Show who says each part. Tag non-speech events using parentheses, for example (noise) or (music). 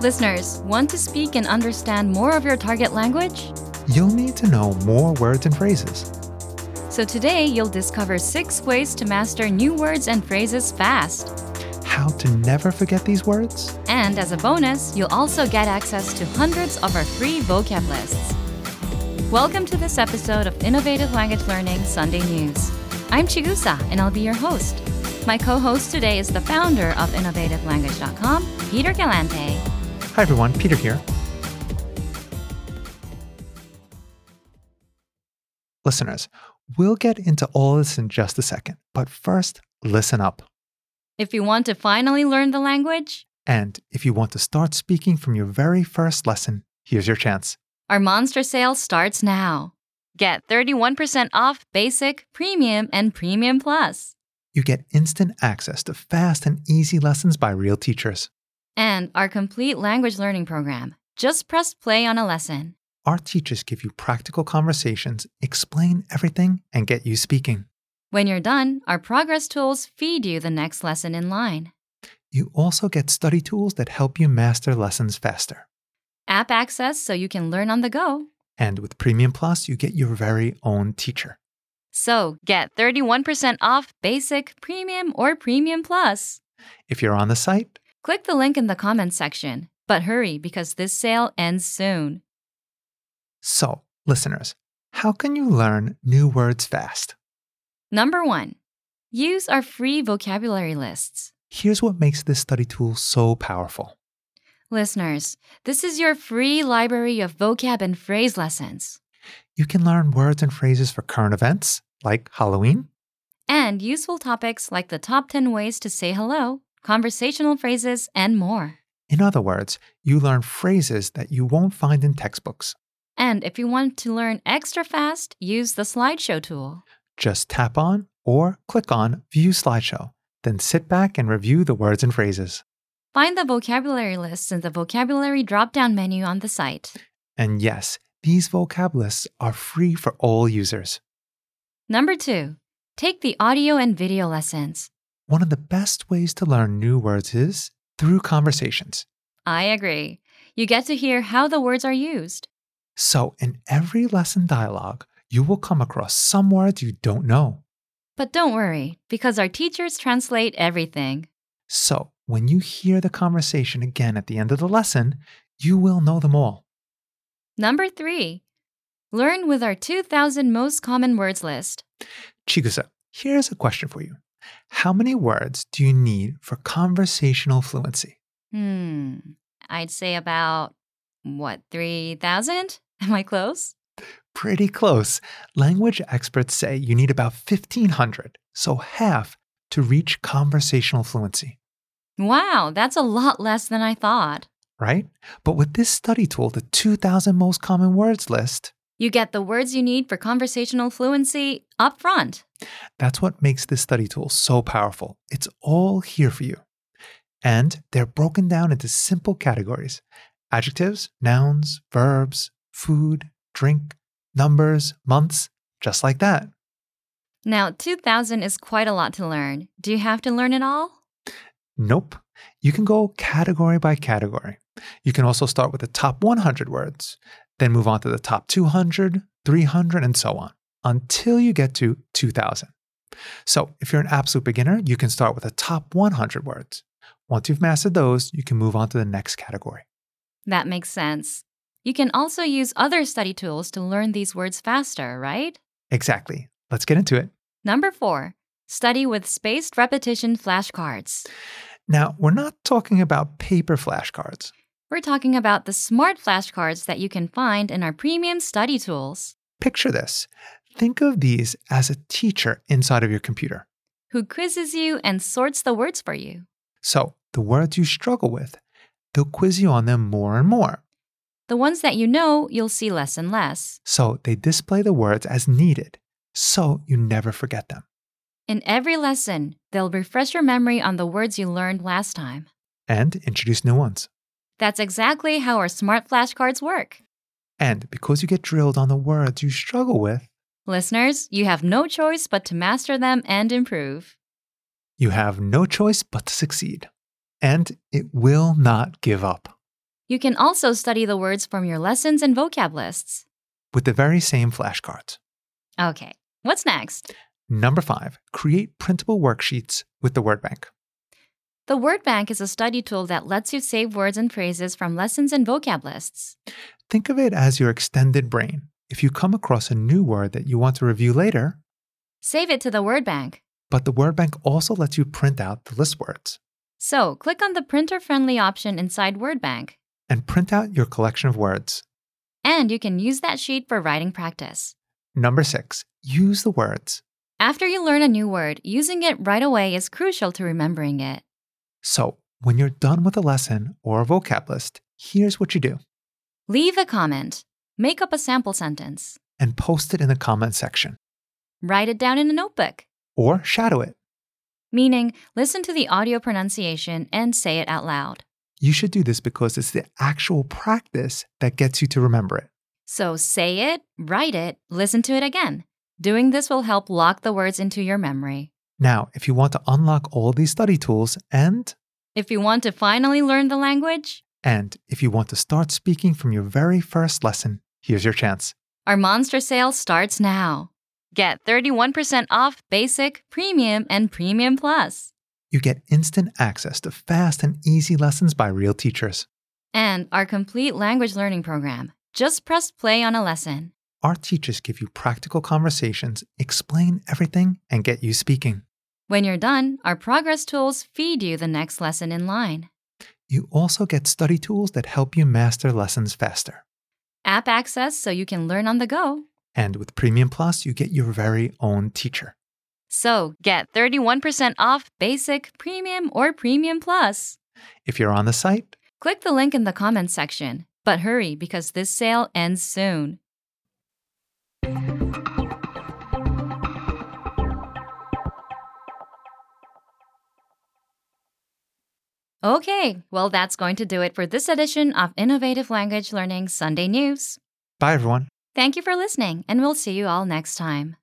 Speaker 1: Listeners, want to speak and understand more of your target language?
Speaker 2: You'll need to know more words and phrases.
Speaker 1: So today you'll discover six ways to master new words and phrases fast.
Speaker 2: How to never forget these words?
Speaker 1: And as a bonus, you'll also get access to hundreds of our free vocab lists. Welcome to this episode of Innovative Language Learning Sunday News. I'm Chigusa, and I'll be your host. My co host today is the founder of InnovativeLanguage.com, Peter Galante.
Speaker 2: Hi everyone, Peter here. Listeners, we'll get into all this in just a second, but first, listen up.
Speaker 1: If you want to finally learn the language,
Speaker 2: And if you want to start speaking from your very first lesson, here's your chance.
Speaker 1: our monster sale starts now. Get 31% off Basic, Premium, and Premium Plus.
Speaker 2: You get instant access to fast and easy lessons by real teachers.
Speaker 1: And our complete language learning program. Just press play on a lesson.
Speaker 2: Our teachers give you practical conversations, explain everything, and get you speaking.
Speaker 1: When you're done, our progress tools feed you the next lesson in line.
Speaker 2: You also get study tools that help you master lessons faster.
Speaker 1: App access so you can learn on the go.
Speaker 2: And with Premium Plus, you get your very own teacher.
Speaker 1: So get 31% off Basic, Premium, or Premium Plus.
Speaker 2: If you're on the site,
Speaker 1: Click the link in the comments section. But hurry because this sale ends soon.
Speaker 2: so listeners, how can you learn new words fast?
Speaker 1: Number one, use our free vocabulary lists.
Speaker 2: Here's what makes this study tool so powerful.
Speaker 1: Listeners, this is your free library of vocab and phrase lessons.
Speaker 2: You can learn words and phrases for current events, like Halloween,
Speaker 1: and useful topics like the top 10 ways to say hello, conversational phrases, and more.
Speaker 2: In other words, you learn phrases that you won't find in textbooks.
Speaker 1: And if you want to learn extra fast, use the slideshow tool.
Speaker 2: Just tap on or click on View Slideshow, then sit back and review the words and phrases.
Speaker 1: Find the vocabulary lists in the vocabulary drop down menu on the site.
Speaker 2: And yes, these vocab lists are free for all users.
Speaker 1: Number two, take the audio and video lessons.
Speaker 2: One of the best ways to learn new words is through conversations.
Speaker 1: I agree. You get to hear how the words are used.
Speaker 2: So, in every lesson dialogue, you will come across some words you don't know.
Speaker 1: But don't worry, because our teachers translate everything.
Speaker 2: So, when you hear the conversation again at the end of the lesson, you will know them all.
Speaker 1: Number three, learn with our 2000 most common words list.
Speaker 2: Chigusa, here's a question for you. How many words do you need for conversational fluency?
Speaker 1: Hmm. I'd say about, what, 3,000? (laughs) Am I close?
Speaker 2: Pretty close. Language experts say you need about 1,500, so half, to reach conversational fluency,
Speaker 1: Wow, that's a lot less than I thought.
Speaker 2: right? But with this study tool, the 2,000 most common words list,
Speaker 1: You get the words you need for conversational fluency up front.
Speaker 2: that's what makes this study tool so powerful. It's all here for you. And they're broken down into simple categories adjectives, nouns, verbs, food, drink, numbers, months, just like that.
Speaker 1: Now, 2,000 is quite a lot to learn. Do you have to learn it all?
Speaker 2: Nope. You can go category by category. You can also start with the top 100 words, then move on to the top 200, 300, and so on until you get to 2000. So, if you're an absolute beginner, you can start with the top 100 words. Once you've mastered those, you can move on to the next category.
Speaker 1: That makes sense. You can also use other study tools to learn these words faster, right?
Speaker 2: Exactly. Let's get into it.
Speaker 1: Number four, study with spaced repetition flashcards.
Speaker 2: Now, we're not talking about paper flashcards.
Speaker 1: We're talking about the smart flashcards that you can find in our premium study tools,
Speaker 2: Picture this think of these as a teacher inside of your computer.
Speaker 1: who quizzes you and sorts the words for you.
Speaker 2: So, the words you struggle with, they'll quiz you on them more and more.
Speaker 1: The ones that you know, you'll see less and less.
Speaker 2: So, they display the words as needed, so you never forget them.
Speaker 1: In every lesson, they'll refresh your memory on the words you learned last time.
Speaker 2: And introduce new ones.
Speaker 1: That's exactly how our smart flashcards work.
Speaker 2: And because you get drilled on the words you struggle with,
Speaker 1: Listeners, you have no choice but to master them and improve.
Speaker 2: you have no choice but to succeed. And it will not give up.
Speaker 1: You can also study the words from your lessons and vocab lists.
Speaker 2: with the very same flashcards.
Speaker 1: Okay, what's next?
Speaker 2: Number five, create printable worksheets with the word bank.
Speaker 1: The word bank is a study tool that lets you save words and phrases from lessons and vocab lists.
Speaker 2: Think of it as your extended brain. If you come across a new word that you want to review later,
Speaker 1: Save it to the word bank.
Speaker 2: but the word bank also lets you print out the list words
Speaker 1: So, click on the printer friendly option inside Word Bank,
Speaker 2: and print out your collection of words.
Speaker 1: and you can use that sheet for writing practice.
Speaker 2: Number six, use the words.
Speaker 1: After you learn a new word, using it right away is crucial to remembering it.
Speaker 2: So when you're done with a lesson or a vocab list, here's what you do
Speaker 1: Leave a comment, make up a sample sentence,
Speaker 2: and post it in the comment section
Speaker 1: write it down in a notebook,
Speaker 2: or shadow it.
Speaker 1: meaning listen to the audio pronunciation and say it out loud.
Speaker 2: You should do this because it's the actual practice that gets you to remember it.
Speaker 1: So say it, write it, listen to it again. Doing this will help lock the words into your memory.
Speaker 2: Now, if you want to unlock all these study tools and
Speaker 1: If you want to finally learn the language,
Speaker 2: and if you want to start speaking from your very first lesson, here's your chance.
Speaker 1: Our monster sale starts now. Get 31% off basic, premium, and premium plus.
Speaker 2: You get instant access to fast and easy lessons by real teachers.
Speaker 1: And our complete language learning program. Just press play on a lesson.
Speaker 2: Our teachers give you practical conversations, explain everything, and get you speaking.
Speaker 1: When you're done, our progress tools feed you the next lesson in line.
Speaker 2: You also get study tools that help you master lessons faster.
Speaker 1: App access so you can learn on the go.
Speaker 2: And with Premium Plus, you get your very own teacher.
Speaker 1: So get 31% off basic, premium, or premium plus.
Speaker 2: If you're on the site,
Speaker 1: Click the link in the comments section. But hurry because this sale ends soon. Okay, well, that's going to do it for this edition of Innovative Language Learning Sunday News.
Speaker 2: bye everyone.
Speaker 1: Thank you for listening, and we'll see you all next time.